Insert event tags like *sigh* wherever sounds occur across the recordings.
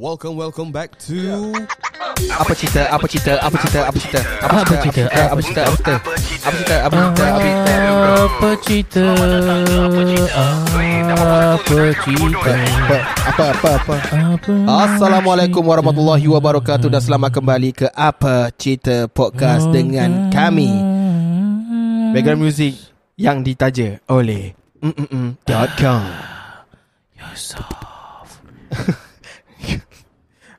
Welcome, welcome back to Apa cerita? Apa cerita? Apa cerita? Apa cerita? Apa cerita? Eh, Apa cerita? Apa cerita? Apa cerita? Apa cerita? Apa cerita? Apa cerita? Apa cerita? Apa apa apa apa? Apa Assalamualaikum warahmatullahi wabarakatuh dan selamat kembali ke Apa Cerita Podcast dengan kami background music yang ditaja oleh mm.com.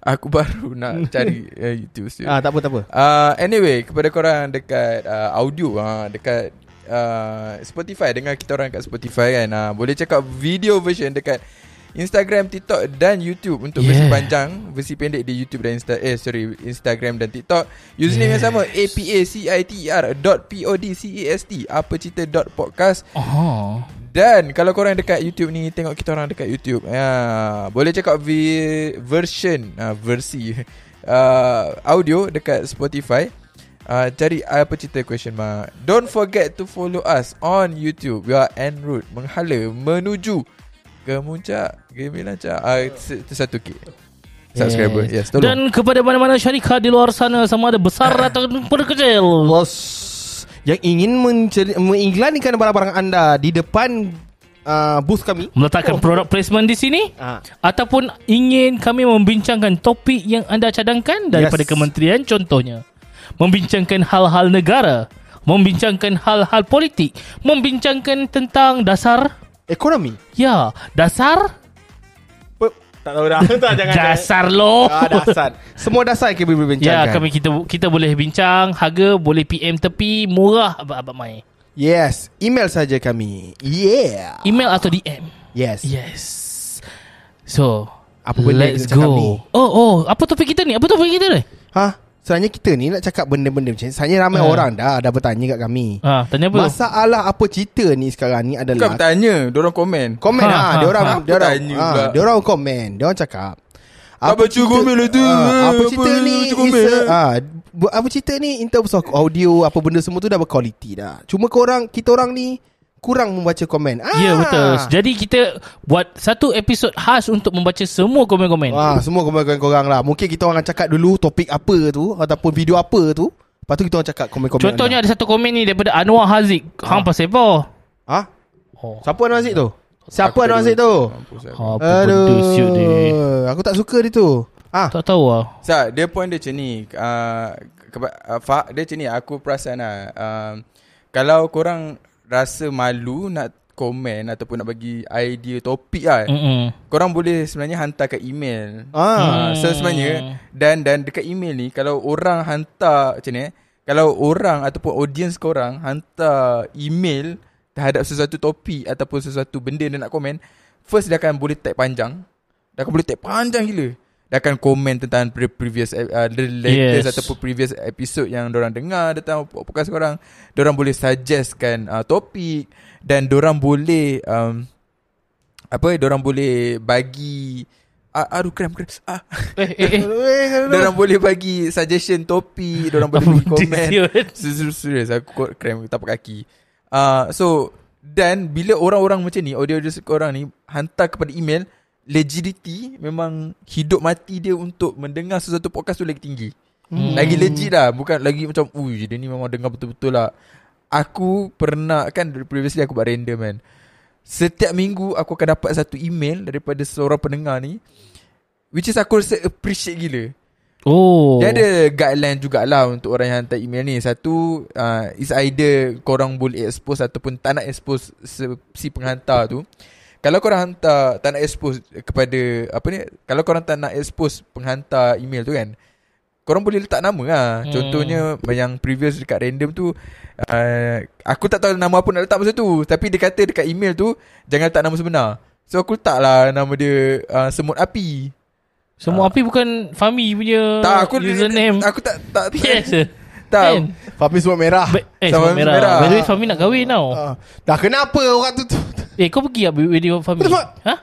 Aku *laughs* baru nak cari uh, YouTube studio. Ah tak apa tak apa. Uh, anyway, kepada korang dekat uh, audio uh, dekat uh, Spotify dengar kita orang kat Spotify kan. Uh, boleh check out video version dekat Instagram, TikTok dan YouTube untuk yeah. versi panjang, versi pendek di YouTube dan Insta eh sorry, Instagram dan TikTok. Username yes. yang sama apaciter E dot podcast apa cerita dot podcast Oh. Dan kalau korang dekat YouTube ni Tengok kita orang dekat YouTube ya, Boleh check out vi- version uh, Versi *laughs* uh, Audio dekat Spotify uh, Cari apa cerita question mark Don't forget to follow us on YouTube We are en route Menghala Menuju Kemuncak Gemilang Cak uh, Satu K Subscriber Yes, yes tolong Eh. Dan kepada mana-mana syarikat di luar sana sama ada besar ataupun kecil. Bos yang ingin menceri- mengiklankan barang-barang anda di depan uh, booth kami. Oh. Meletakkan produk placement di sini Ah. ataupun ingin kami membincangkan topik yang anda cadangkan daripada Yes. kementerian contohnya. Membincangkan hal-hal negara, membincangkan hal-hal politik, membincangkan tentang dasar Ekonomi. ya, dasar Pe- tak tahu dah. *laughs* tak jangan. dasar lo. *laughs* Ah, dasar. Semua dasar kami berbincangkan. Ya, kami kita kita boleh bincang, harga boleh PM tepi, murah abang-abang mai. Yes, email saja kami. Yeah. Email atau DM? Yes. Ya. Yes. So, Apa benda yang let's kita cakap ni? go. Oh, oh, apa topik kita ni? Apa topik kita ni? Ha, sebenarnya kita ni nak cakap benda-benda macam ni. Sebenarnya ramai Ha. orang dah dah bertanya kat kami. Ha, tanya apa? Masalah apa cerita ni sekarang ni Bukan adalah bertanya Diorang komen komen Ha, ah, ha, ha, dia orang ha. dia orang Tanya ha, pula. dia orang komen, dia orang cakap. Apa cerita komen lah tu? ah, apa Apa cerita ni? cerita komen is a- lah? ah, bu- apa cerita ni in terms of audio, apa benda semua tu dah berkualiti dah. Cuma korang kita orang ni kurang membaca komen. Ah. Ya, betul. Jadi kita buat satu episod khas untuk membaca semua komen-komen. Wah, Ah, semua komen-komen korang lah. Mungkin kita orang akan cakap dulu topik apa tu ataupun video apa tu. Lepas tu kita orang cakap komen-komen. Contohnya ada satu komen ni daripada Anwar Haziq. Ah. Hang pasal apa? anda. ha? Oh. Siapa Anwar Aziz tu? Siapa Aku tak Anwar Aziz tahu. tu? Mampus aku. Ha, apa benda siut ni? Aduh, aku tak suka dia tu. Ah, Tak tahu lah. Sa, dia point dia macam ni. Uh, keba- uh, fa- dia macam ni, aku perasan lah. Uh, kalau korang rasa malu nak komen ataupun nak bagi idea topik lah. Mm. Mm-mm. Korang boleh sebenarnya hantar ke email. Hmm. ah, Uh, so sebenarnya, dan dan dekat email ni, kalau orang hantar macam ni, eh, kalau orang ataupun audience korang hantar email terhadap sesuatu topik ataupun sesuatu benda dia nak komen, first dia akan boleh tag panjang. Dia akan boleh tag panjang gila. Dia akan komen tentang pre- previous ep- uh, the latest yes. Yes. ataupun previous episode yang orang dengar tentang podcast korang. Orang boleh suggestkan uh, topik dan orang boleh um, apa? Orang boleh bagi ah, aduh kram kram. Ah. Eh, eh, eh. Diorang boleh bagi suggestion topi Diorang boleh Apa bagi benda komen siut? Serius, serius Aku kot krem tapak kaki uh, So Dan bila orang-orang macam ni Audio-audio orang ni Hantar kepada email Legidity Memang hidup mati dia Untuk mendengar sesuatu podcast tu lagi tinggi hmm. Lagi legit lah Bukan lagi macam Ui dia ni memang dengar betul-betul lah Aku pernah Kan previously aku buat random kan Setiap minggu aku akan dapat satu email Daripada seorang pendengar ni Which is aku rasa appreciate gila Oh. dia ada guideline jugalah untuk orang yang hantar email ni. Satu, uh, is either korang boleh expose ataupun tak nak expose se- si penghantar tu. Kalau korang hantar tak nak expose kepada, apa ni, kalau korang tak nak expose penghantar email tu kan, korang boleh letak nama lah. Hmm. Contohnya, yang previous dekat random tu, uh, aku tak tahu nama apa nak letak masa tu. Tapi dia kata dekat email tu, jangan letak nama sebenar. So aku letak lah nama dia uh, Semut Api. Semua api bukan Fahmi punya Ah. Tak, aku username. *laughs* Aku tak tak Biasa. *laughs* Tak. Kan? Fahmi semua merah. Ba- Eh, Sama semua merah. merah. merah. By the way, Fahmi nak kahwin tau. Ah, dah kenapa orang tu? tu? Eh, kau pergi tak wedding Fahmi? What the fuck? Ha?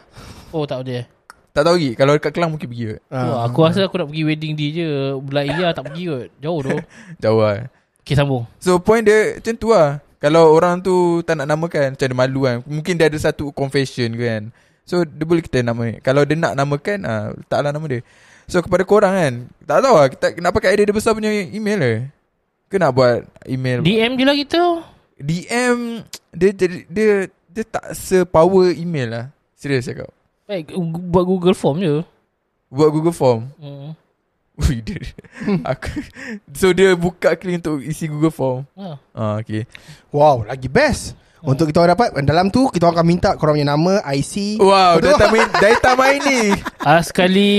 Oh, tak boleh. Tak tahu lagi Kalau dekat Kelang mungkin pergi kot Wah, Ah. aku rasa aku nak pergi wedding dia je. Belah Iya tak pergi kot. Jauh *laughs* tu. Jauh lah Okay, sambung. So point dia Macam tu lah Kalau orang tu Tak nak namakan Macam dia malu kan Mungkin dia ada satu confession ke kan So dia boleh kita nama Kalau dia nak namakan uh, Letaklah nama dia So kepada korang kan Tak tahu lah kita Nak pakai idea dia besar punya email lah Ke nak buat email DM je lah kita DM Dia jadi Dia dia tak sepower email lah Serius cakap Baik gu- Buat Google Form je Buat Google Form *laughs* hmm. Ui, dia, aku, So dia buka link untuk isi Google Form ha. Ah, okay. Wow lagi best Untuk kita orang dapat Dalam tu Kita orang akan minta Korang punya nama IC Wow, Betul. data main, data main ni. Ah, Sekali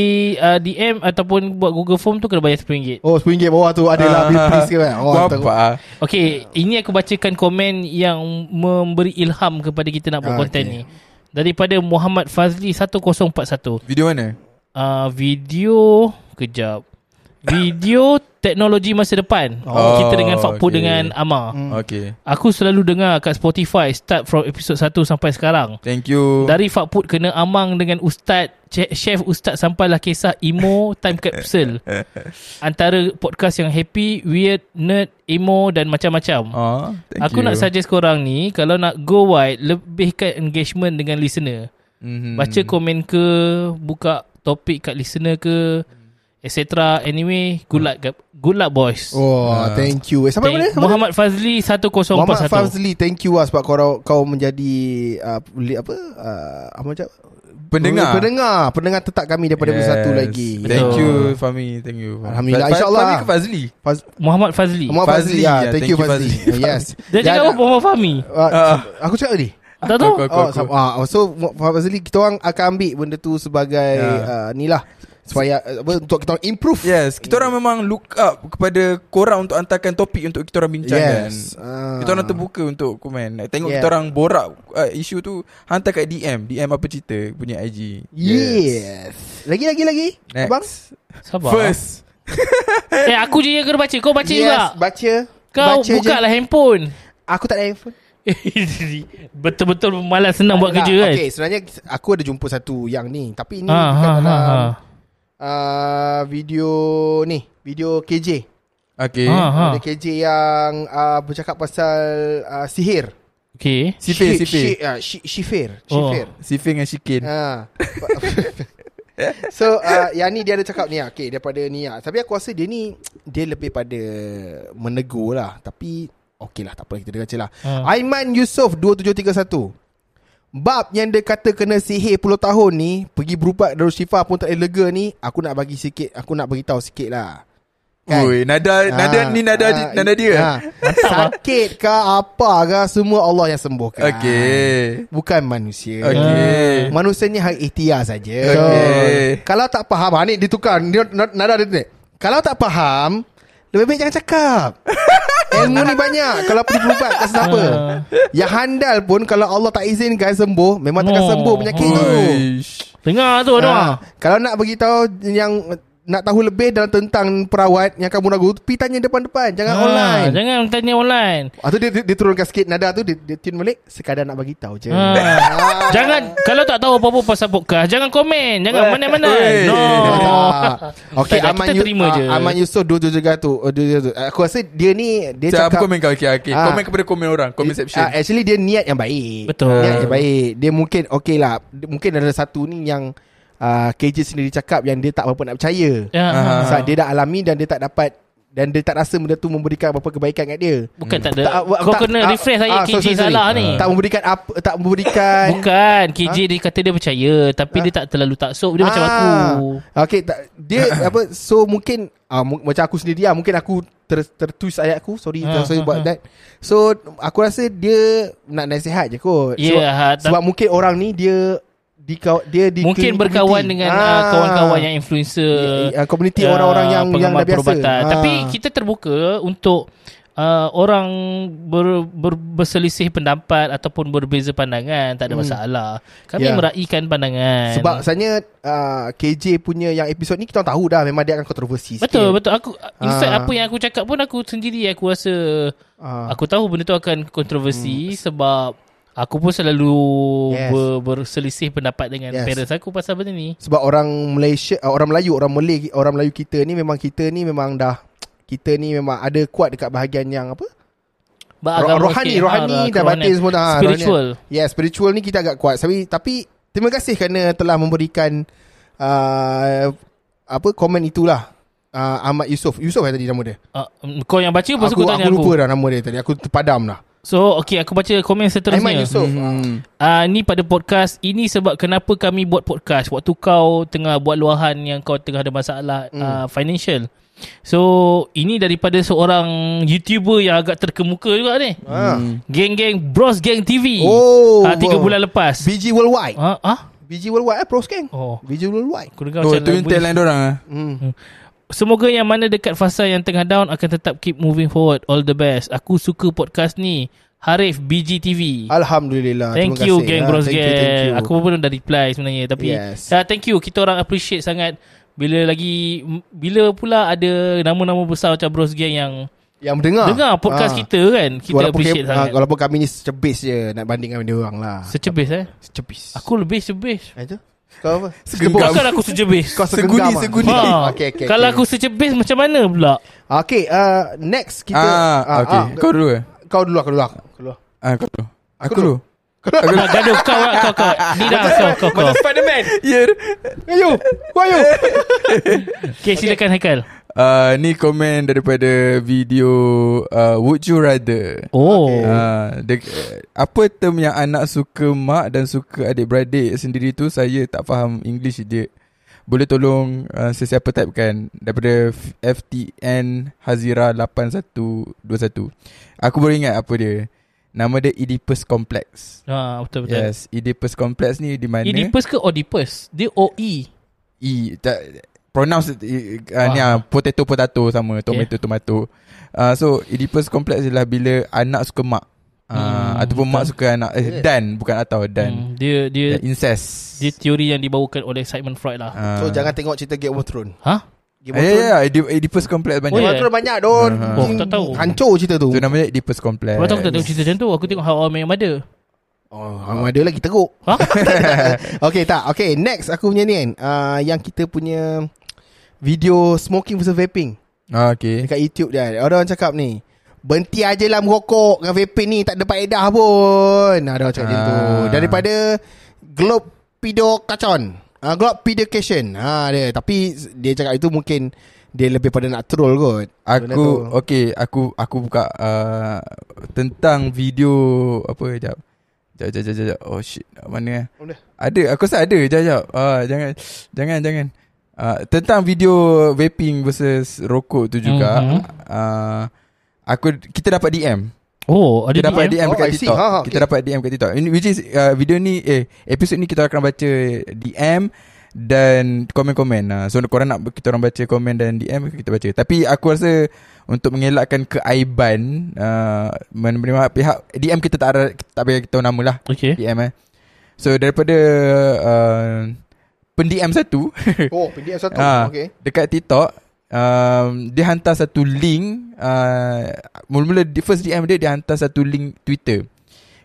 ah, DM ataupun buat Google Form tu kena bayar RM10 Oh RM10 bawah tu Adalah bill price ke kan *laughs* Oh Buat teruk. apa? ah? Okay Ini aku bacakan komen yang memberi ilham kepada kita nak buat Ah, konten okey. ni Daripada Muhammad Fazli 1041 Video mana? uh, Video Kejap Video teknologi masa depan Oh, Kita dengan Fakpo okey. dengan Amar Hmm. Okay. Aku selalu dengar kat Spotify Start from episode 1 sampai sekarang Thank you. Dari Fakput kena amang dengan Ustaz Che- Chef Ustaz sampailah kisah emo time *laughs* capsule Antara podcast yang happy, weird, nerd, emo dan macam-macam Ah, thank Aku you. nak suggest korang ni Kalau nak go wide Lebihkan engagement dengan listener Mhm. Baca komen ke Buka topik kat listener ke Etc Anyway Good luck guys. Good luck boys Oh Ah. thank you eh, Sampai Thank- mana Sampai mana? Muhammad Fazli 1041 Muhammad Fazli Thank you lah Sebab kau, kau menjadi uh, li- Apa uh, Apa macam Oh, pendengar. Pendengar Pendengar tetap kami Daripada yes. satu lagi Thank Betul. you Fahmi, thank you. Alhamdulillah, Fa- Fa- insyaAllah. Fahmi ke Fazli? Faz- Muhammad Fazli Muhammad Fazli, Fazli, ya, ya, Thank you Fazli, Yes Dia Dan- cakap apa Muhammad Fahmi Ah, Ah. Aku cakap tadi Tak tahu Aku, aku, Oh, aku. sama, ah, so Muhammad Fazli kita orang akan ambil benda tu sebagai yeah. uh, Ya. ni lah supaya uh, apa, untuk kita orang improve. Yes, Hmm. kita orang memang look up kepada korang untuk hantarkan topik untuk kita orang bincangkan. Yes. Ah. Kita orang terbuka untuk komen. Nak tengok Yeah. kita orang borak uh, isu tu hantar kat DM, DM apa cerita punya IG. Yes. Lagi lagi lagi. Next. Abang. Sabar First. Eh aku je yang kena baca Kau baca yes, juga baca. Kau baca buka lah handphone *laughs* Aku tak ada handphone. Betul-betul malas senang buat Tak, kerja kan Okay, sebenarnya aku ada jumpa satu yang ni, tapi ini ha, ha, ha, bukan ha, ha, dalam ha. Uh, video ni, video KJ. Okay. Ha, ha. Ada KJ yang uh, bercakap pasal uh, sihir. Okay Sifir, Shi- sifir. shi- ah, shi- Shifir, Oh. shifir. Sifir dengan Shikin. Ha. *laughs* so uh, yang ni dia ada cakap ni ah. Okay daripada ni ah. Tapi aku rasa dia ni Dia lebih pada Menegur lah Tapi Okay lah tak apa Kita dengar je lah Ha. Aiman Yusof 2731 Bab yang dia kata kena sihir 10 tahun ni Pergi berubat Darul Syifa pun tak boleh lega ni Aku nak bagi sikit Aku nak beritahu sikit lah Kan? Ui, nada Ah, nada ni nada ah, nada dia. ah. Sakit ke apa ke Semua Allah yang sembuhkan Okay. Bukan manusia Okay. Manusia ni hak ikhtiar saja. Okey. Eh. Kalau tak faham, ha, ni dia tukar. Dia, na- nada dia ni. Kalau tak faham, lebih baik jangan cakap. Ilmu ni banyak Kalau perlu berubat Tak siapa Ah. Yang handal pun Kalau Allah tak izinkan sembuh Memang takkan Oh. sembuh penyakit tu Uish. Dengar tu Ah, ha. Kalau nak beritahu Yang Nak tahu lebih dalam Tentang perawat Yang kamu ragu Pergi tanya depan-depan Jangan Ah, online Jangan tanya online Lepas tu dia, dia, dia turunkan sikit nada tu Dia, dia tune balik Sekadar nak beritahu je *laughs* Ah. Ah. Jangan Kalau tak tahu apa-apa pasal podcast Jangan komen Jangan mana-mana Eh. No Ah. Okay, Tak ada, Aman, Oh. kita Yu- terima ah, je. Aman Yusof dua tujuh tu. Uh, Aku rasa dia ni dia Cakap apa cakap komen kau okay, okay. Ah. Komen kepada komen orang Komen section Ah, actually dia niat yang baik. Betul. Niat yang baik. Dia mungkin okay lah. Dia, mungkin ada satu ni yang uh, KJ sendiri cakap yang dia tak apa nak percaya. Ya, Ah, ha, ha. Sebab dia dah alami dan dia tak dapat dan dia tak rasa benda tu memberikan apa-apa kebaikan kat dia. Bukan tak ada Tak, Kau kena ah, refresh ah, saya KJ sorry, sorry, sorry. salah ni Tak memberikan apa tak memberikan Bukan KJ dia kata dia percaya Tapi dia tak terlalu taksub Dia macam aku Ah, Okay, tak, *coughs* dia apa so mungkin ah, mu, macam aku sendiri ah mungkin aku ter, tertwist ayat aku. Sorry, Ah, sorry ah, buat ah. that. So aku rasa dia nak nasihat je kot. Ya, ha, sebab, sebab mungkin orang ni dia di kau- dia di Mungkin community. berkawan dengan Ah. ah, kawan-kawan yang influencer Ya, ya, community ya, orang-orang yang yang penggemar dah biasa. perubatan. Ah. Tapi kita terbuka untuk uh, orang ber, ber, berselisih pendapat ataupun berbeza pandangan, tak ada Hmm. masalah. Kami Ya. meraihkan pandangan. sebab sebenarnya ah, KJ punya yang episod ni kita orang tahu dah memang dia akan kontroversi betul sikit. betul aku in fact Ah. apa yang aku cakap pun aku sendiri aku rasa Ah. Hmm. aku tahu benda tu akan kontroversi sebab aku pun selalu Yes. ber, berselisih pendapat dengan Yes. parents aku pasal benda ni. Sebab orang Malaysia ah, Orang Melayu Orang Malay Orang Melayu kita ni Memang kita ni memang dah Kita ni memang ada kuat Dekat bahagian yang apa Ba- Ro- agama rohani sikit. Rohani Ah, dan rohani. batin semua dah ah, Spiritual. rohani. Ya yeah, spiritual ni kita agak kuat Tapi Tapi Terima kasih kerana telah memberikan uh, apa komen itulah. Uh, Ahmad Yusof. Yusof eh tadi nama dia. Uh, kau yang baca pasal Aku, aku, kau tanya aku aku. lupa dah nama dia tadi. Aku terpadam lah. dah. So okay aku baca komen Ahmad seterusnya. Yusof. Hmm. Ah uh, ni pada podcast ini sebab kenapa kami buat podcast waktu kau tengah buat luahan yang kau tengah ada masalah mm. Hmm. uh, financial. So ini daripada seorang YouTuber yang agak terkemuka juga ni. Ah. Geng-geng Bros Gang TV. Oh, Ah, tiga wow. bulan lepas. BG Worldwide. Ah ah. BG Worldwide eh, Bros Gang. Oh. BG Worldwide. Aku dengar Oh, macam tu lagu intel ni. lain orang. Hmm. Semoga yang mana dekat fasa yang tengah down akan tetap keep moving forward. All the best. Aku suka podcast ni. Harif BGTV. Alhamdulillah. Thank Terima you kasih. gang Ah, bros thank you, thank you. gang. Aku pun dah reply sebenarnya tapi Yes. ah, thank you. Kita orang appreciate sangat bila lagi m- bila pula ada nama-nama besar macam bros gang yang yang mendengar. dengar podcast Ah. kita kan. Kita appreciate kami, sangat. ah, Walaupun kami ni secebis je nak bandingkan dengan orang lah. Secebis eh. secebis. Aku lebih sebis. Ah, Itu? Kau apa? Segenggam. Bukan aku secebis. Kau Seguni, segenggam. ah? seguni. *laughs* Ha. *laughs* Okay, okay, Kalau okay. aku secebis macam mana *laughs* pula? Okay, uh, next kita. Ah, okay. Kau dulu eh? Kau dulu, aku dulu. Aku Kau dulu. Ah, kau dulu. Aku dulu. *laughs* Ah, Gaduh kau lah, kau kau. Ni dah kau kau kau. Spiderman. Ya. Ayu, why Eh, you? Okay silakan Haikal. Ah, ni komen daripada video ah, Would You Rather. Oh. Ah, de- apa term yang anak suka mak dan suka adik-beradik sendiri tu saya tak faham English dia. Boleh tolong uh, sesiapa typekan daripada F- FTN Hazira 8121. Aku baru ingat apa dia. Nama dia Oedipus Complex. Ha betul betul. Yes, Oedipus Complex ni di mana? Oedipus ke Oedipus? Dia OE. E tak pronounce eh, uh, Ah. ni ah potato potato sama tomato yeah. tomato. Uh, so Oedipus complex ialah bila anak suka mak. Uh, Hmm, hmm, ataupun mak suka anak eh, dan bukan atau dan Hmm, dia dia yeah, incest. dia teori yang dibawakan oleh Simon Freud lah. Ah. So, jangan tengok cerita Game of Thrones. Ha? Game Ah, of ya ya Thrones. ya, Oedi- Oedipus complex banyak. Oh, Game ya. of Thrones banyak, Don. Uh-huh. Oh, tak tahu. Hancur cerita tu. So namanya Oedipus complex. Kau tahu aku tak tengok cerita macam tu Aku tengok How I Met Your Mother Oh, hang ada lagi *laughs* teruk. Ha? *laughs* okay, tak. Okay, next aku punya ni kan. Uh, yang kita punya video smoking versus vaping. Ah, okay. Dekat YouTube dia kan. Ada orang cakap ni Berhenti aje lah merokok Dengan vaping ni Tak ada faedah pun Ada orang cakap macam tu Ah. Daripada Globe Pido Kacon uh, Globe Pidocation ha, dia. Tapi Dia cakap itu mungkin Dia lebih pada nak troll kot Aku Benda tu. okey aku aku buka uh, tentang video apa jap. Jap jap jap jap, jap. Oh shit. Mana eh? Boleh. Ada. Aku rasa ada. Jap jap. Ah jangan jangan jangan. Uh, tentang video vaping versus rokok tu juga. Mhm. Mm-hmm. Uh, aku kita dapat DM. Oh ada Kita dapat DM DM Oh, dekat I see. TikTok. Ha, ha, Kita okay. dapat DM kat TikTok. Ini- Which is uh, video ni eh episod ni kita akan baca DM dan komen-komen. Uh, so korang nak kita orang baca komen dan DM kita baca. Tapi aku rasa untuk mengelakkan keaiban uh, menerima pihak DM kita tak ada tak payah kita tahu nama lah Okay DM eh. So daripada uh, pendm satu *laughs* Oh pendek satu Ah. Okay dekat TikTok um, dia hantar satu link uh, mula-mula di- first DM dia dia hantar satu link Twitter.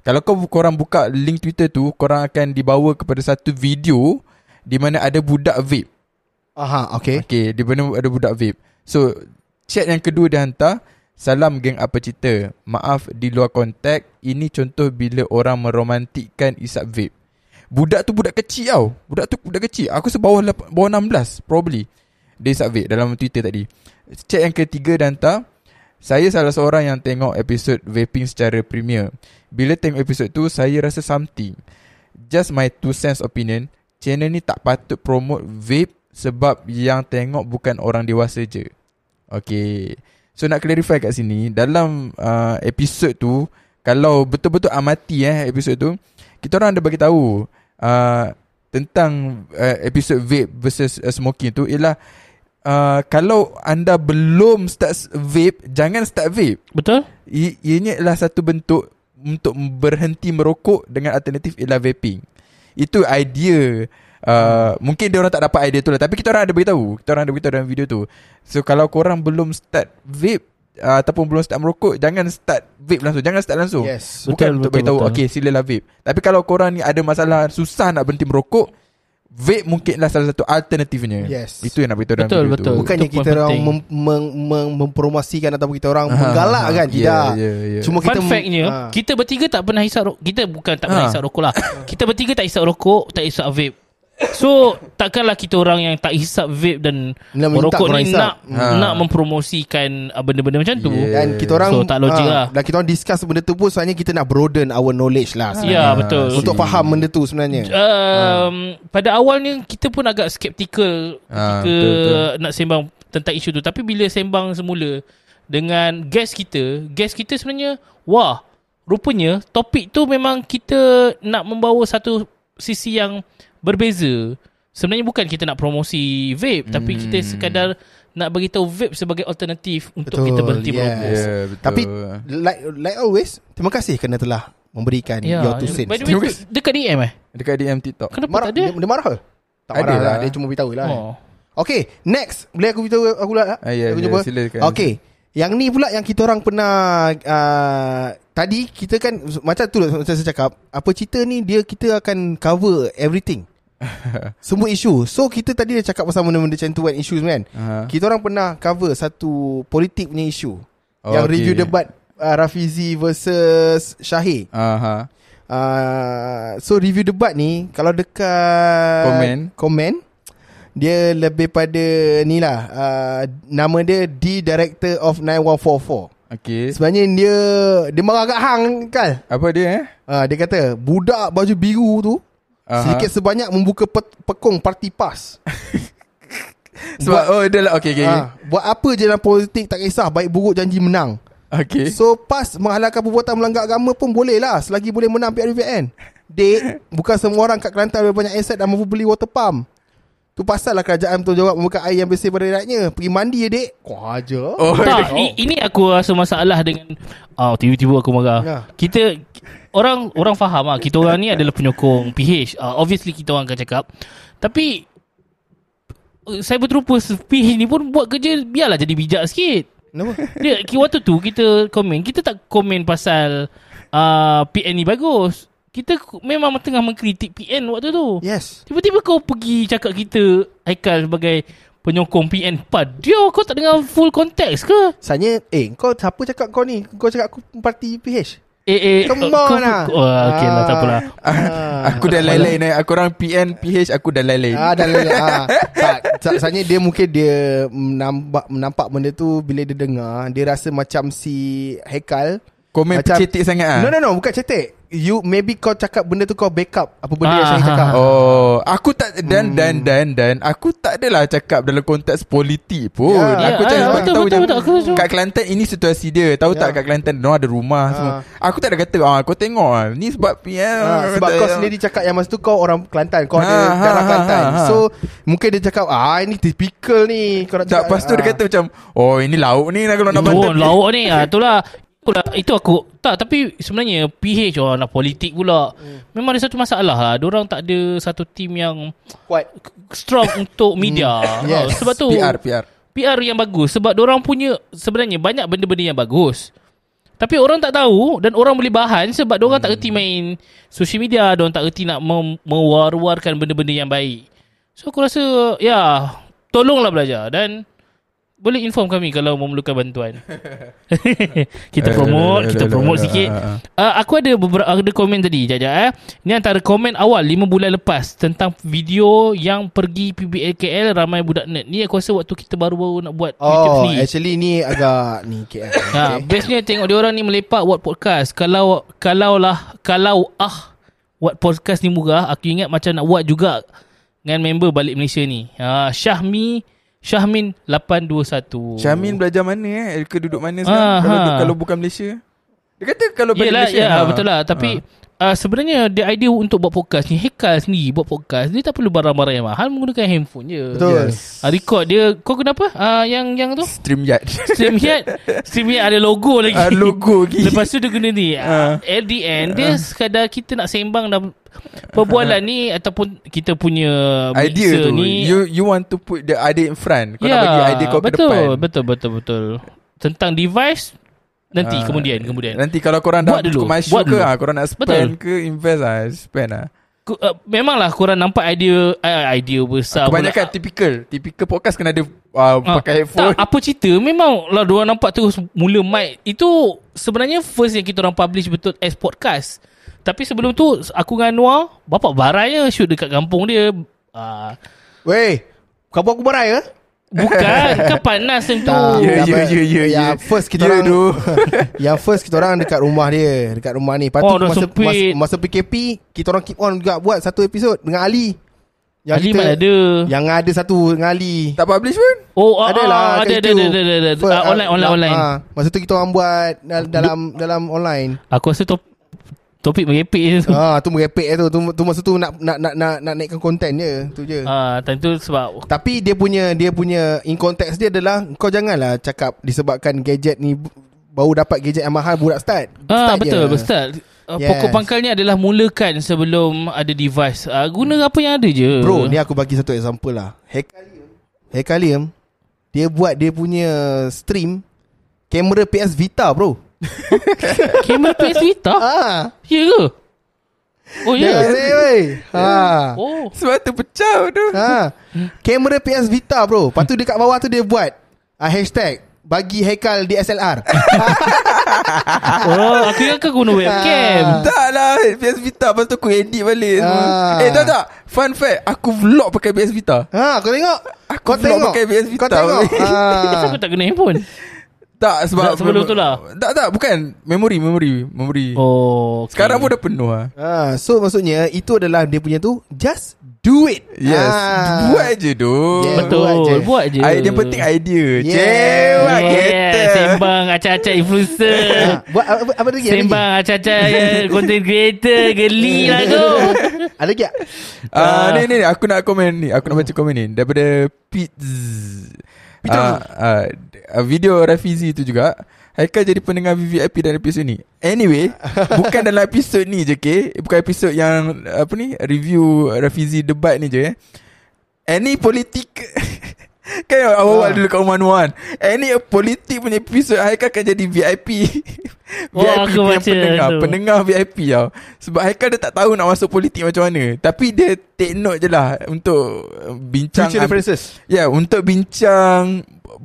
Kalau kau korang buka link Twitter tu, korang akan dibawa kepada satu video di mana ada budak vape. Aha okay Okay, di mana ada budak vape. So, chat yang kedua dia hantar, Salam geng apa cerita? Maaf di luar kontak, ini contoh bila orang meromantikkan isap vape. Budak tu budak kecil tau. Budak tu budak kecil. Aku sebawah lap- bawah 16 probably. Dia isap vape dalam Twitter tadi. Chat yang ketiga dia hantar, saya salah seorang yang tengok episod vaping secara premier. Bila tengok episod tu, saya rasa something. Just my two cents opinion Channel ni tak patut promote vape Sebab yang tengok bukan orang dewasa je Okay So nak clarify kat sini Dalam uh, episod tu Kalau betul-betul amati eh episod tu Kita orang ada bagi tahu uh, Tentang uh, episod vape versus uh, smoking tu Ialah uh, Kalau anda belum start s- vape Jangan start vape Betul? I- Ianya adalah satu bentuk untuk berhenti merokok dengan alternatif ialah vaping. Itu idea Uh, mungkin dia orang tak dapat idea tu lah Tapi kita orang ada beritahu Kita orang ada beritahu dalam video tu So kalau korang belum start vape uh, Ataupun belum start merokok Jangan start vape langsung Jangan start langsung Yes Betul, Bukan untuk betul, beritahu lah betul. Okay silalah vape Tapi kalau korang ni ada masalah Susah nak berhenti merokok Vape mungkinlah salah satu alternatifnya Yes. Itu yang nak beritahu dalam Betul, video betul. tu Bukannya Itu kita penting. orang mem, meng, meng, mempromosikan ataupun kita orang Ah, menggalak kan Ya, yeah, tidak. yeah, yeah. Cuma Fun kita mem- fact-nya ah. Kita bertiga tak pernah hisap rokok Kita bukan tak pernah Ha. hisap rokok lah *laughs* Kita bertiga tak hisap rokok Tak hisap vape So takkanlah kita orang yang tak hisap vape dan Nak minta rokok korang ni hisap. nak Ha. nak mempromosikan ah, benda-benda macam tu. Yeah. dan kita orang So, tak logik ah, lah. Dan kita orang discuss benda tu pun sebenarnya kita nak broaden our knowledge lah. Ya yeah, sebenarnya. betul. Ah, Untuk faham benda tu sebenarnya. um, pada awalnya kita pun agak skeptikal ketika Ah, betul, betul. nak sembang tentang isu tu tapi bila sembang semula dengan guest kita guest kita sebenarnya wah rupanya topik tu memang kita nak membawa satu sisi yang berbeza sebenarnya bukan kita nak promosi vape tapi kita sekadar nak bagi tahu vape sebagai alternatif untuk Betul, kita berhenti yes. merokok Yeah, Ya, betul. Tapi like like always, terima kasih kerana telah memberikan Ya, your two cents. by the way, Terima kasih. dekat DM eh? Dekat DM TikTok Kenapa Marah, tak ada? dia, dia marah ke? Tak Ada marah lah. lah. Dia cuma beritahu lah. Oh. Okay, next. Boleh aku beritahu aku lah? Ah, aku ya, ya, jumpa. silakan. Okay. Yang ni pula yang kita orang pernah uh, tadi kita kan macam tu lah macam saya cakap, apa cerita ni dia kita akan cover *laughs* everything. Semua isu. So kita tadi dah cakap pasal benda-benda macam tu kan isu kan. Aha. Kita orang pernah cover satu politik punya isu. Oh, yang okay. review debat uh, Rafizi versus Syahir. Aha. Uh, so review debat ni kalau dekat Komen. komen dia lebih pada ni lah uh, nama dia D Director of 9144. Okay Sebenarnya dia dia marah kat hang kan. Apa dia eh Uh, dia kata budak baju biru tu Aha. sedikit sebanyak membuka pet- pekung parti PAS. Sebab Oh dia lah Okay okay, Ah, buat apa je dalam politik tak kisah baik buruk janji menang. okay. So PAS menghalalkan perbuatan melanggar agama pun boleh lah Selagi boleh menang PRVN Dek Bukan semua orang kat Kelantan Ada banyak aset dan mampu beli water pump Tu pasal lah kerajaan bertanggungjawab Membuka air yang bersih pada rakyatnya Pergi mandi ya dek Kau aja Oh tak, i- ini aku rasa masalah dengan ah oh, tiba-tiba aku marah. Ya. Kita orang orang faham ah kita orang ni adalah penyokong PH. Ah, obviously kita orang akan cakap. Tapi eh, saya berterupa PH ni pun buat kerja biarlah jadi bijak sikit. Kenapa? Dia ki- waktu tu kita komen, kita tak komen pasal ah PN ni bagus. Kita k- memang tengah mengkritik PN waktu tu. Yes Tiba-tiba kau pergi cakap kita Haikal sebagai penyokong PN Padahal kau tak dengar full konteks ke? Sanya Eh kau siapa cakap kau ni Kau cakap aku parti PH Eh eh Come kau- on lah. kau- Wah, okay lah tak apalah *laughs* Ah, *laughs* Aku dah lain-lain eh. Aku orang PN PH Aku dah lain-lain ah dan lain ah. Tak sa- Sebenarnya dia mungkin dia Menampak, menampak benda tu Bila dia dengar Dia rasa macam si Hekal Komen Macam- pecetik sangat ah. No no no bukan cetek. You maybe kau cakap benda tu kau backup apa benda yang Ah, saya cakap. ah, Oh, aku tak dan hmm. dan dan dan aku tak adalah cakap dalam konteks politik pun. Ya, aku ya, ya, orang betul, betul, betul, aku setuju. kat Kelantan ini situasi dia. Tahu Ya. tak kat Kelantan dia orang ada rumah Ha. semua. Aku tak ada kata ah kau tengok ah ni sebab PM. Ah, sebab kau sendiri cakap yang masa tu kau orang Kelantan, kau ya. Ah, ada ah, darah ah, Kelantan. ah, ah. So mungkin dia cakap ah ini typical ni kau nak cakap. tak lepas tu dia ah. kata macam oh ini lauk ni nak kalau nak Oh lauk ni ah, Itulah Itulah, itu aku tak tapi sebenarnya PH orang nak politik pula Hmm. memang ada satu masalah lah orang tak ada satu team yang kuat. *coughs* strong untuk media Hmm. yes. Ah, sebab tu PR PR. PR yang bagus sebab orang punya sebenarnya banyak benda-benda yang bagus. Tapi orang tak tahu dan orang boleh bahan sebab orang tak erti main social media, orang tak erti nak mem- mewar-warkan benda-benda yang baik. So aku rasa ya tolonglah belajar dan boleh inform kami kalau memerlukan bantuan. *laughs* *laughs* kita Eh, eh, promote, eh, kita eh, promote eh, sikit. eh, eh, eh. Uh, aku ada beberapa ada komen tadi jajak eh. Ini antara komen awal 5 bulan lepas tentang video yang pergi PBLKL ramai budak nerd. Ni aku rasa waktu kita baru-baru nak buat YouTube Oh, ni. actually ni agak ni *laughs* KL. Ha, okay. bestnya tengok dia orang ni melepak buat podcast. Kalau kalau lah kalau ah buat podcast ni murah, aku ingat macam nak buat juga dengan member balik Malaysia ni. Ha, Syahmi Syahmin 821. Syamin belajar mana eh? Elka duduk mana Oh. Ah, sekarang? kalau ha. kalau bukan Malaysia. Dia kata kalau balik Yelah, Malaysia. ya, ha. betul lah. Tapi ha. uh, sebenarnya dia idea untuk buat podcast ni, Hekal sendiri buat podcast, dia tak perlu barang-barang yang mahal, menggunakan handphone je. Betul. Uh, record dia, kau kenapa? Uh, yang yang tu? Stream yard. *laughs* Stream Yard Stream Yard ada logo lagi Ah, logo Ha. lagi. *laughs* Lepas tu dia guna ni uh. At the end Dia sekadar kita nak sembang dalam Perbualan ni Ataupun kita punya idea mixer tu ni you you want to put the idea in front kau Ya, nak bagi idea kau betul, ke depan Betul betul betul Tentang device Nanti Ah, kemudian kemudian nanti kalau korang dah Buat dulu, masuk buat ke dulu. ah korang nak spend Betul. ke invest ah spend ah ku- uh, memanglah korang nampak idea uh, idea besar Kebanyakan typical Typical podcast kena ada uh, Ah, Pakai Tak, headphone apa cerita Memang lah diorang nampak terus Mula mic Itu sebenarnya First yang kita orang publish Betul as podcast Tapi sebelum tu Aku dengan Anwar Bapak baraya Shoot dekat kampung dia uh, Weh, kampung aku berai ke? *laughs* *laughs* Bukan Kan panas macam tu Tak, *laughs* Ya, tak ya, apa. ya, ya, Yang ya. first kita Ya, orang tu. *laughs* Yang first kita orang dekat rumah dia Dekat rumah ni Lepas tu Oh, dah masa, sempit. masa, masa PKP Kita orang keep on juga buat satu episod Dengan Ali Yang Ali mana ada Yang ada satu dengan Ali Tak publish pun Oh ah, Ada ah, lah Ada kat ada YouTube. ada ada, ada, ada. First, Ah, Online online ah, online ah. Masa tu kita orang buat dal- Dalam dalam online Aku rasa top, topik merepek je tu Ah tu merepek eh tu. tu tu masa tu nak nak nak nak, nak naikkan konten dia tu je. Ah, Time tu sebab Tapi dia punya dia punya in context dia adalah kau janganlah cakap disebabkan gadget ni b- baru dapat gadget yang mahal budak start. Ah Start betul je. betul. Uh, Yes. Pokok pangkalnya adalah mulakan sebelum ada device. Uh, guna apa yang ada je. Bro, ni aku bagi satu example lah. Hekalium. Hekalium dia buat dia punya stream kamera PS Vita bro. kamera *laughs* PS Vita. Ah. Ya ke? Oh ya. Yeah. Yeah. Ha. Oh. Sebab tu pecah tu Ha. Kamera PS Vita bro. Lepas tu dekat bawah tu dia buat ah, hashtag bagi Hekal DSLR. oh, aku ingat kau guna webcam. Ah. Tak lah PS Vita Lepas tu aku edit balik Ah. ah. Eh tak tak Fun fact Aku vlog pakai PS Vita ha, kau tengok. Aku kau pula tengok. pakai PS Vita, Kau *laughs* tengok. weh. Ha. Kenapa aku tak guna handphone? Tak sebab Tak, sebelum tu lah. Tak tak bukan Memori Memori Memori oh, Oh. Okay. Sekarang pun dah penuh lah Ha, so maksudnya itu adalah dia punya tu just do it. Yes Ah. Buat je tu Yeah. betul. buat je. Buat je. Idea penting idea Yeah. Cewek Yeah, lah, kereta sembang acak-acak influencer. Ha, buat apa, apa lagi? Ada lagi? sembang acak-acak eh, content creator. Geli lah *laughs* tu. Ada lagi? tak? Ah, ni ni ni, aku nak komen ni. Aku nak baca komen ni daripada Pete. Ah, ah, d- ah, video Rafizi tu juga. Haikal jadi pendengar VVIP dalam episod ni. Anyway, *laughs* bukan dalam episod ni je, okay? Bukan episod yang apa ni, review Rafizi debat ni je eh. Any politik *laughs* Kan awal-awal Ah. dulu kat Oman Wan Any politik punya episode Haikal akan jadi *laughs* VIP Wah, aku punya baca pendengar tu. Pendengar VIP tau Sebab Haikal dia tak tahu nak masuk politik macam mana Tapi dia take note je lah Untuk uh, bincang Future references. Ya yeah, untuk bincang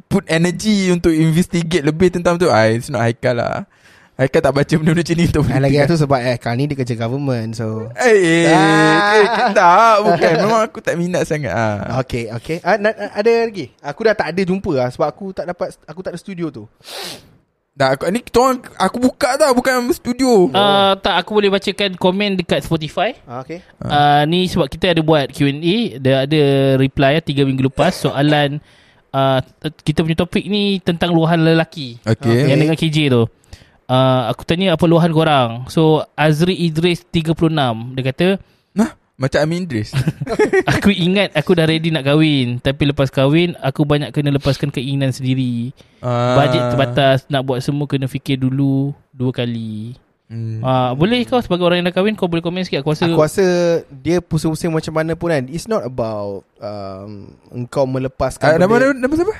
Put energy untuk investigate lebih tentang tu ah, It's not Haikal lah Haikal tak baca benda-benda macam ni untuk Ah, lagi politik. tu sebab eh kali ni dia kerja government so Eh, eh, Ah. eh, tak bukan Memang aku tak minat sangat ah. Okay okay ah, na- ah, Ada lagi Aku dah tak ada jumpa lah Sebab aku tak dapat Aku tak ada studio tu Dah aku ni kita orang aku buka tau bukan studio. Ah, tak, aku boleh bacakan komen dekat Spotify. ah, Okay Uh, ni sebab kita ada buat Q&A Dia ada reply ya, Tiga minggu lepas Soalan uh, t- Kita punya topik ni Tentang luahan lelaki Ah, Okey. Yang dengan KJ tu uh, Aku tanya apa luahan korang So Azri Idris 36 Dia kata *laughs* Nah, macam Amin *laughs* Idris. Aku ingat aku dah ready nak kahwin Tapi lepas kahwin Aku banyak kena lepaskan keinginan sendiri Ah. Bajet terbatas Nak buat semua kena fikir dulu Dua kali Ah, Hmm. uh, Boleh kau sebagai orang yang dah kahwin Kau boleh komen sikit Aku rasa Aku rasa dia pusing-pusing macam mana pun kan It's not about um, Engkau melepaskan Ah, nama, benda- nama, nama siapa?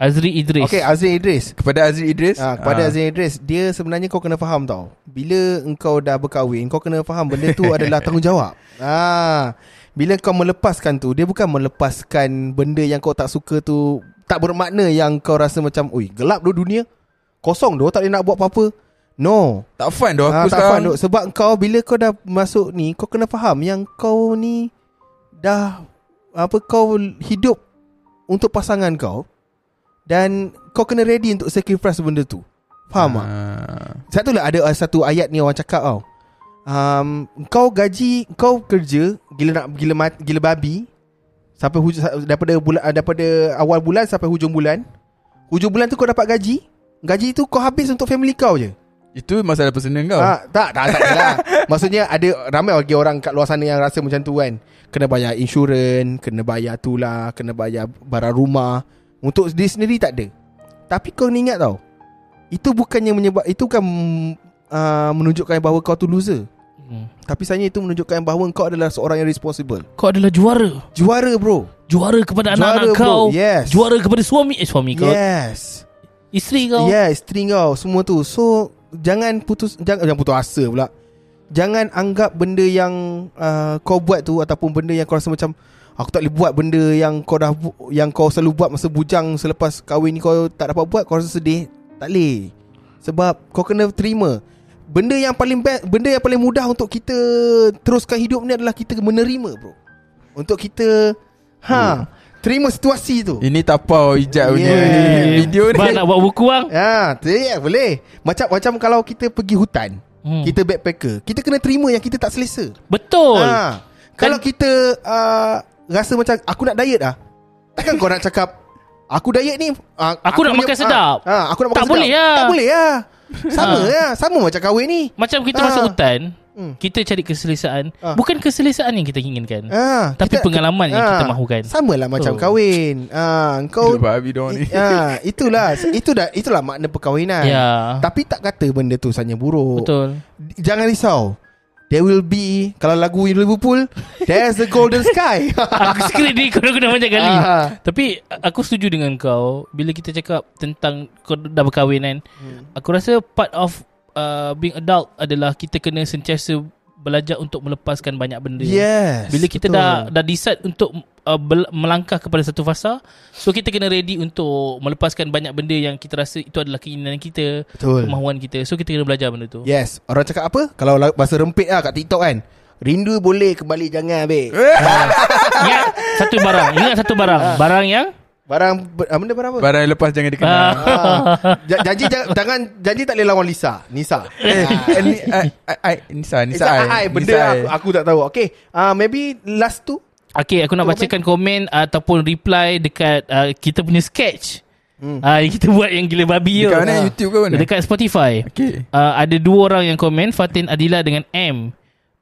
Azri Idris Okay Azrin Idris Kepada Azri Idris. Ah, kepada Azrin Idris Dia sebenarnya kau kena faham tau Bila engkau dah berkahwin Kau kena faham benda tu adalah tanggungjawab ah, Bila kau melepaskan tu Dia bukan melepaskan benda yang kau tak suka tu Tak bermakna yang kau rasa macam Ui gelap doh dunia Kosong doh tak boleh nak buat apa-apa No Tak fun doh Ah, tak aku sekarang. faham duk. Sebab kau bila kau dah masuk ni Kau kena faham yang kau ni Dah Apa kau hidup Untuk pasangan kau Dan kau kena ready untuk sacrifice benda tu Faham tak? Ah. Satu lah ada uh, satu ayat ni orang cakap tau um, Kau gaji Kau kerja Gila nak gila, mat, gila babi Sampai hujung daripada, bulan, ah, daripada awal bulan sampai hujung bulan Hujung bulan tu kau dapat gaji Gaji tu kau habis untuk family kau je Itu masalah personal kau. Ah, tak, tak, tak adalah. Maksudnya ada ramai lagi orang kat luar sana yang rasa macam tu kan. Kena bayar insurans, kena bayar tu lah, kena bayar barang rumah. Untuk diri sendiri tak ada. Tapi kau ni ingat tau. Itu bukannya menyebab itu kan uh, menunjukkan bahawa kau tu loser. Hmm. Tapi sebenarnya itu menunjukkan bahawa kau adalah seorang yang responsible. Kau adalah juara Juara bro. Juara kepada Juara, anak-anak bro. kau Yes. Juara kepada suami Eh suami kau Yes. Isteri kau Ya, yeah, string kau semua tu. So jangan putus jangan jangan putus asa pula. Jangan anggap benda yang uh, kau buat tu ataupun benda yang kau rasa macam aku tak boleh buat benda yang kau dah bu- yang kau selalu buat masa bujang selepas kahwin ni kau tak dapat buat kau rasa sedih. Tak boleh. Sebab kau kena terima. Benda yang paling best, benda yang paling mudah untuk kita teruskan hidup ni adalah kita menerima, bro. Untuk kita ha, terima situasi tu. Ini tapau hijab punya Yeah. ni. video ni. Bang nak buat buku bang Ya, yeah, boleh. Macam macam kalau kita pergi hutan, Hmm. hmm. kita backpacker, kita kena terima yang kita tak selesa. Betul Ha. Kalau kita uh, rasa macam aku nak diet ah. Takkan kau nak cakap aku diet ni ah, Aku nak makan sedap." Ha, aku nak makan Tak boleh sedap. lah. Tak boleh *laughs* lah. Sama Ha. lah Sama macam kahwin ni Macam kita Ah. masuk hutan Hmm. Kita cari keselesaan Ah. Bukan keselesaan yang kita inginkan ha, Hmm. Tapi pengalaman yang kita mahukan. Sama lah macam Betul. kahwin ha, *laughs* Kau Gila babi diorang ni. ha, Itulah Itu dah, Itulah makna perkahwinan Ya. Tapi tak kata benda tu Sanya buruk Betul Jangan risau There will be Kalau lagu Liverpool There's the golden *laughs* sky Aku skrip ni kau dah guna banyak kali Ah. Tapi a- aku setuju dengan kau Bila kita cakap tentang kau dah berkahwin kan Hmm. Aku rasa part of uh, being adult adalah Kita kena sentiasa belajar untuk melepaskan banyak benda Yes Bila kita betul. dah dah decide untuk uh, bel- melangkah kepada satu fasa So kita kena ready untuk melepaskan banyak benda yang kita rasa itu adalah keinginan kita Betul. Ya. Kemahuan kita So kita kena belajar benda tu *laughs* Yes Orang cakap apa Kalau la- bahasa rempit lah kat TikTok kan Rindu boleh kembali jangan abe. Ingat Ya, satu barang Ingat satu barang Ah. Barang yang Barang ber- ah, benda barang apa? Barang lepas jangan dikenal. ah, Ah, ja- janji ja- jangan janji tak boleh lawan Lisa. Nisa. Eh, Ah, Eh, ni, I, I, I, Nisa, Nisa, eh, Nisa ai benda Nisa, I. aku, aku tak tahu. Okay ah maybe last tu. Okay aku nak Komen. bacakan komen Ataupun reply Dekat uh, kita punya sketch Hmm. Ah, yang kita buat yang gila babi Dekat tu. mana? Ah. YouTube ke eh? mana? Dekat Spotify Okay. uh, ada dua orang yang komen Fatin Adila dengan M.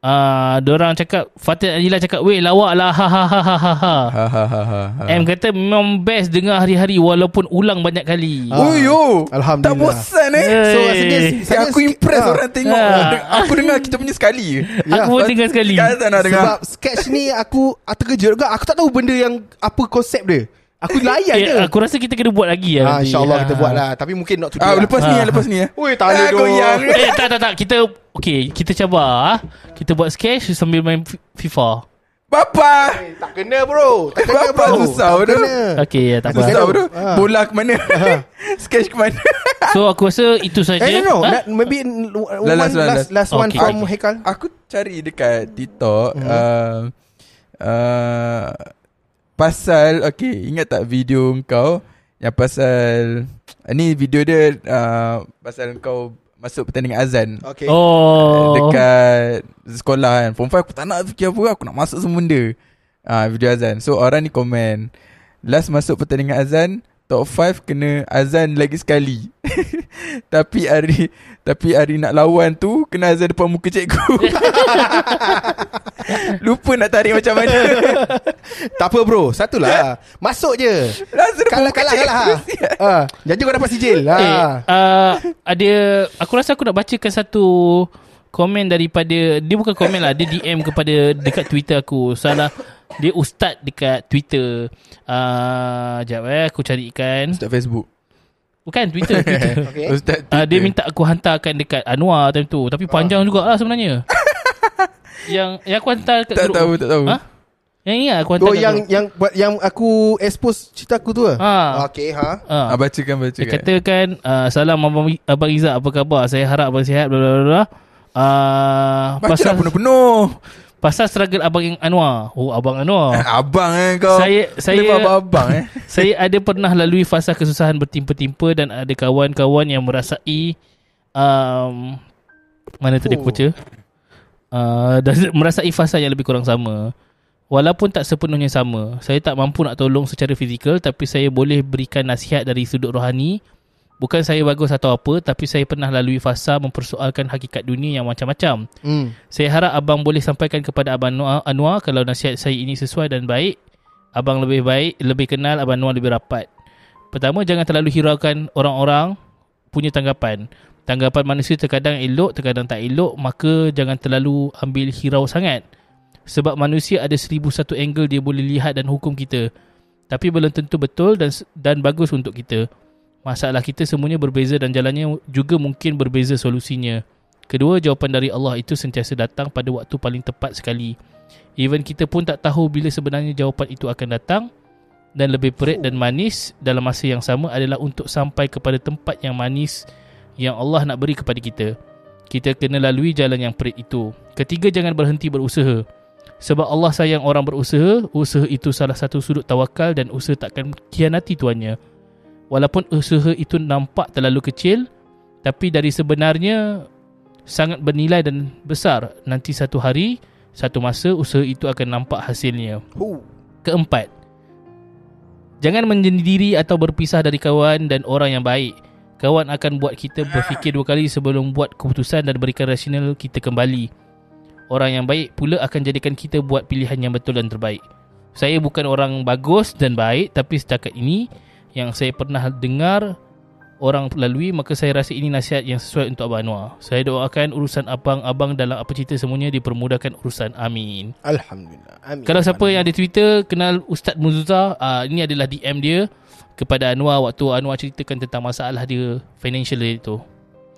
Ah, uh, orang cakap Fatin Adila cakap weh lawak lah ha ha ha ha ha. ha. Ha, ha, ha, ha, Ah. ha. M kata memang best dengar hari-hari walaupun ulang banyak kali. Ah. Oh yo Alhamdulillah. Tak bosan eh Yeah. yeah. So rasa dia Saya aku impress Ah. orang tengok Ah. Aku dengar kita punya sekali Ya, Aku pun dengar sekali. Sekarang tak nak dengar Sebab sketch ni aku ah, terkejut juga. Aku tak tahu benda yang apa konsep dia. Aku layan je. Eh, aku rasa kita kena buat lagi lah. ah, nanti. InsyaAllah kita Ah. buat lah. Tapi mungkin not today. ah, lah. Lepas ni eh Lepas ni eh Ui, tak boleh Ah, doh. *laughs* goyang. Eh tak tak tak kita okay kita cabar ah. Kita buat sketch sambil main F- FIFA. Bapa Eh, tak kena bro. Tak kena Bapak bro. susah, tak bro. kena. Okay ya, tak apa. Susah bro Ah. Bola ke mana *laughs* Sketch ke mana So aku rasa itu saja. Eh no no, That, Ah? maybe n- one last, Last, last, last, last. last one Okay. from Hekal. *laughs* Aku cari dekat TikTok hmm. uh, uh, Pasal Okay Ingat tak video kau Yang pasal Ni video dia uh, Pasal kau Masuk pertandingan azan Okay. Oh. Dekat Sekolah kan Form 5 aku tak nak fikir apa Aku nak masuk semua benda ha, Video azan So orang ni komen Last masuk pertandingan azan Top 5 kena azan lagi sekali *laughs* Tapi hari Tapi hari nak lawan tu Kena azan depan muka cikgu *laughs* Lupa nak tarik macam mana Tak apa bro, satu lah. Masuk je. Langsung Kalah depan muka kalah kalah. cikgu Ha. Jadi kau dapat sijil. Ha. Eh, uh, ada aku rasa aku nak bacakan satu komen daripada dia bukan komen lah dia DM kepada dekat Twitter aku salah dia ustaz dekat Twitter ah uh, jap eh aku carikan Ustaz Facebook bukan Twitter Twitter Okay. Ustaz uh, dia minta aku hantarkan dekat Anwar time tu tapi panjang jugalah sebenarnya yang yang aku hantar kat Tak grup- tahu, tak tahu. ha? yang ingat aku hantar Oh kat yang grup. yang buat- yang aku expose cerita aku tu ah. Ah. Okay ha. Ah. ah, Bacakan bacakan Dia katakan uh, Salam Abang, Abang Izzat Apa khabar Saya harap abang sihat bla bla bla, bla uh, Baca pasal, lah penuh-penuh pasal struggle Abang yang Anwar Oh Abang Anwar Abang eh kau Saya- saya- Memang abang-abang eh Saya ada pernah lalui fasa kesusahan bertimpa-timpa Dan ada kawan-kawan yang merasai um, Mana tadi aku baca uh, dan *laughs* Merasai fasa yang lebih kurang sama Walaupun tak sepenuhnya sama Saya tak mampu nak tolong secara fizikal Tapi saya boleh berikan nasihat dari sudut rohani Bukan saya bagus atau apa Tapi saya pernah lalui fasa mempersoalkan hakikat dunia yang macam-macam Hmm. saya harap abang boleh sampaikan kepada abang Anwar, Anwar kalau nasihat saya ini sesuai dan baik. Abang lebih baik, lebih kenal, abang Anwar lebih rapat. Pertama, jangan terlalu hiraukan orang-orang punya tanggapan. Tanggapan manusia terkadang elok, terkadang tak elok, maka jangan terlalu ambil hirau sangat. Sebab manusia ada seribu satu angle dia boleh lihat dan hukum kita. Tapi belum tentu betul dan dan bagus untuk kita. Masalah kita semuanya berbeza dan jalannya juga mungkin berbeza solusinya. Kedua, jawapan dari Allah itu sentiasa datang pada waktu paling tepat sekali. Even kita pun tak tahu bila sebenarnya jawapan itu akan datang dan lebih perit dan manis dalam masa yang sama adalah untuk sampai kepada tempat yang manis yang Allah nak beri kepada kita. Kita kena lalui jalan yang perit itu. Ketiga, jangan berhenti berusaha. Sebab Allah sayang orang berusaha, usaha itu salah satu sudut tawakal dan usaha takkan kianati tuannya. Walaupun usaha itu nampak terlalu kecil, tapi dari sebenarnya sangat bernilai dan besar. Nanti satu hari, satu masa usaha itu akan nampak hasilnya. Keempat, jangan menyendiri atau berpisah dari kawan dan orang yang baik. Kawan akan buat kita berfikir dua kali sebelum buat keputusan dan berikan rasional kita kembali. Orang yang baik pula akan jadikan kita buat pilihan yang betul dan terbaik. Saya bukan orang bagus dan baik tapi setakat ini yang saya pernah dengar orang lalui maka saya rasa ini nasihat yang sesuai untuk Abang Anwar. Saya doakan urusan abang-abang dalam apa cerita semuanya dipermudahkan urusan. Amin. Alhamdulillah. Amin. Kalau siapa yang ada Twitter kenal Ustaz Muzuzah, uh, ini adalah DM dia kepada Anwar waktu Anwar ceritakan tentang masalah dia financial dia tu.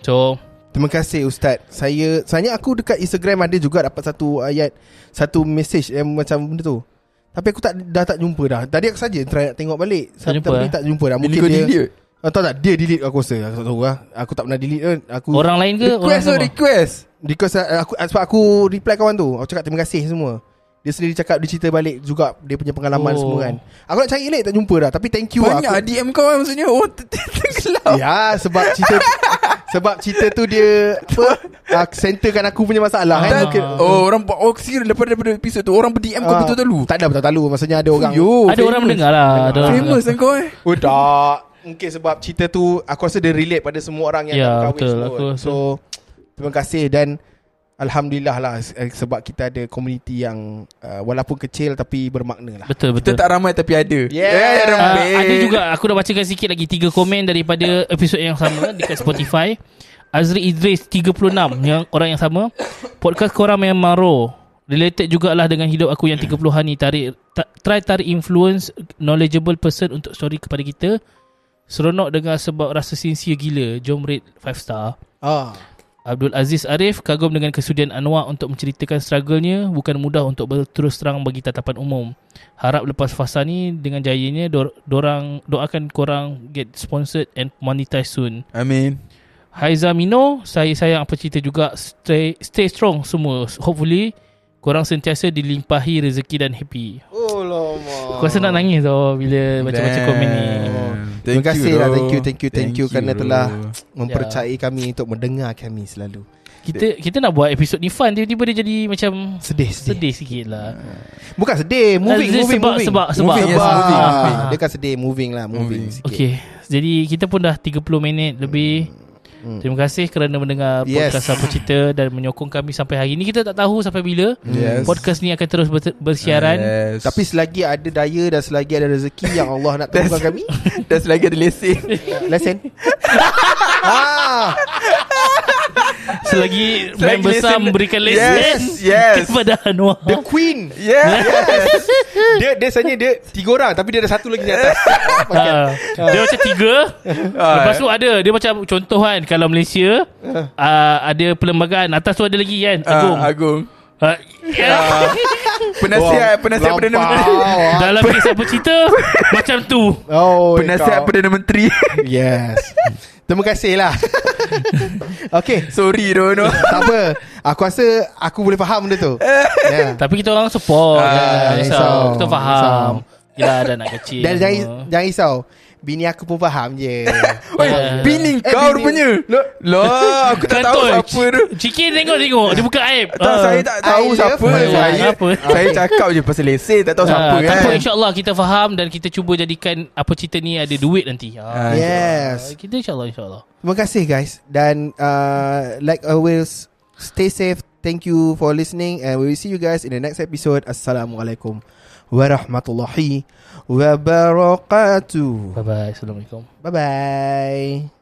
So, Terima kasih Ustaz Saya Sebenarnya aku dekat Instagram Ada juga dapat satu ayat Satu message Yang macam benda tu Tapi aku tak Dah tak jumpa dah Tadi aku saja Try nak tengok balik Tak jumpa, Tapi eh? tak jumpa dah Mungkin Mungkin kau dia delete Ah, Tahu tak Dia delete aku rasa Aku tak tahu lah Aku tak pernah delete kan Aku orang lain ke orang Request tu semua? request Because ah, aku, ah, Sebab aku reply kawan tu Aku cakap terima kasih semua Dia sendiri cakap Dia cerita balik juga Dia punya pengalaman oh. Oh. semua kan Aku nak cari lagi Tak jumpa dah Tapi thank ah, you lah. Banyak aku, DM kau kan maksudnya Oh *laughs* ter- ter- tenggelam Ya sebab cerita *laughs* Sebab cerita tu dia Apa ah, Centerkan aku punya masalah kan Dan, Mungkin- Oh orang buat Oh serius daripada, daripada episod tu Orang ber-DM kau Ah, betul-betul lu Tak ada betul-betul lu Maksudnya ada orang Yo, ada orang mendengar lah. Ada orang Oh, Famous lah kau eh Oh tak Mungkin sebab cerita tu Aku rasa dia relate pada semua orang Yang Ya, tak berkahwin betul. semua Aku rasa- So Terima kasih dan Alhamdulillah lah eh, Sebab kita ada komuniti yang uh, Walaupun kecil Tapi bermakna lah Betul Kita betul. tak ramai tapi ada Yeah. Eh, Uh, ramai. ada juga aku dah bacakan sikit lagi tiga komen daripada episod yang sama dekat Spotify. Azri Idris 36 yang orang yang sama. Podcast korang memang raw. Related jugalah dengan hidup aku yang 30-an ni tarik ta, try tarik influence knowledgeable person untuk story kepada kita. Seronok dengar sebab rasa sincere gila. Jom rate 5 star. ah. Abdul Aziz Arif kagum dengan kesudian Anwar untuk menceritakan struggle-nya bukan mudah untuk berterus terang bagi tatapan umum. Harap lepas fasa ni dengan jayanya dor- dorang doakan korang get sponsored and monetize soon. Amin Haiza Mino, saya sayang apa cerita juga stay stay strong semua. Hopefully korang sentiasa dilimpahi rezeki dan happy. Oh lama Aku rasa nak nangis tau bila baca-baca Damn. komen ni. Terima Thank kasih you, lah. bro. Thank you, thank you, thank you kerana bro. telah Mempercayai Ya. kami Untuk mendengar kami selalu Kita kita nak buat episod ni fun tiba-tiba dia jadi macam Sedih sedih, sedih sikit lah. Bukan sedih Moving Sedih moving sebab, moving sebab sebab Ah. Moving, Sebab yes, moving, moving. Dia kan sedih Moving lah Moving, Moving. sikit Okay Jadi kita pun dah 30 minit lebih Hmm. Terima kasih kerana mendengar Yes. podcast Apa Cerita Dan menyokong kami sampai hari ini Kita tak tahu sampai bila Yes. Eh. Podcast ni akan terus ber- bersiaran yes. Tapi *laughs* selagi ada daya Dan selagi ada rezeki Yang Allah *laughs* nak That's- temukan kami Dan selagi ada lesen *laughs* Lesen *laughs* ah, Selagi Selagi member lesen- Sam berikan lesen Yes, yes. Kepada Anwar The Queen Eh? Yeah Dia dia sebenarnya dia Tiga orang Tapi dia ada satu lagi di *laughs* atas Ah, Dia macam tiga Lepas tu ada Dia macam contoh kan Kalau Malaysia ah, Ada perlembagaan Atas tu ada lagi kan Agung Agung ah, Agung Ah, yeah. Penasihat Penasihat Perdana Menteri Dalam kes apa cerita Macam tu Oh kau. Penasihat Perdana Menteri *laughs* Yes Terima kasih lah *laughs* Okay Sorry Dono Tak apa Aku rasa Aku boleh faham benda *laughs* tu yeah. Tapi kita orang support Ah, Jangan risau. risau. Kita faham Yelah ada anak kecil Dan jangan, jangan risau Bini aku pun faham je *laughs* Oi, Yeah. bini Eh, kau bini. rupanya Lah Aku tak tahu Betul. siapa tu Cikin tengok tengok Dia buka aib tak, Ah. saya tak tahu I siapa love my saya, wife. Apa? saya cakap je pasal lesen Tak tahu Ah, siapa tak apa, kan InsyaAllah kita faham Dan kita cuba jadikan Apa cerita ni ada duit nanti Ah, Yes Kita insyaAllah insyaAllah Terima kasih guys Dan uh, Like always Stay safe Thank you for listening And we will see you guys In the next episode Assalamualaikum Warahmatullahi Wabarakatuh Bye bye Assalamualaikum Bye bye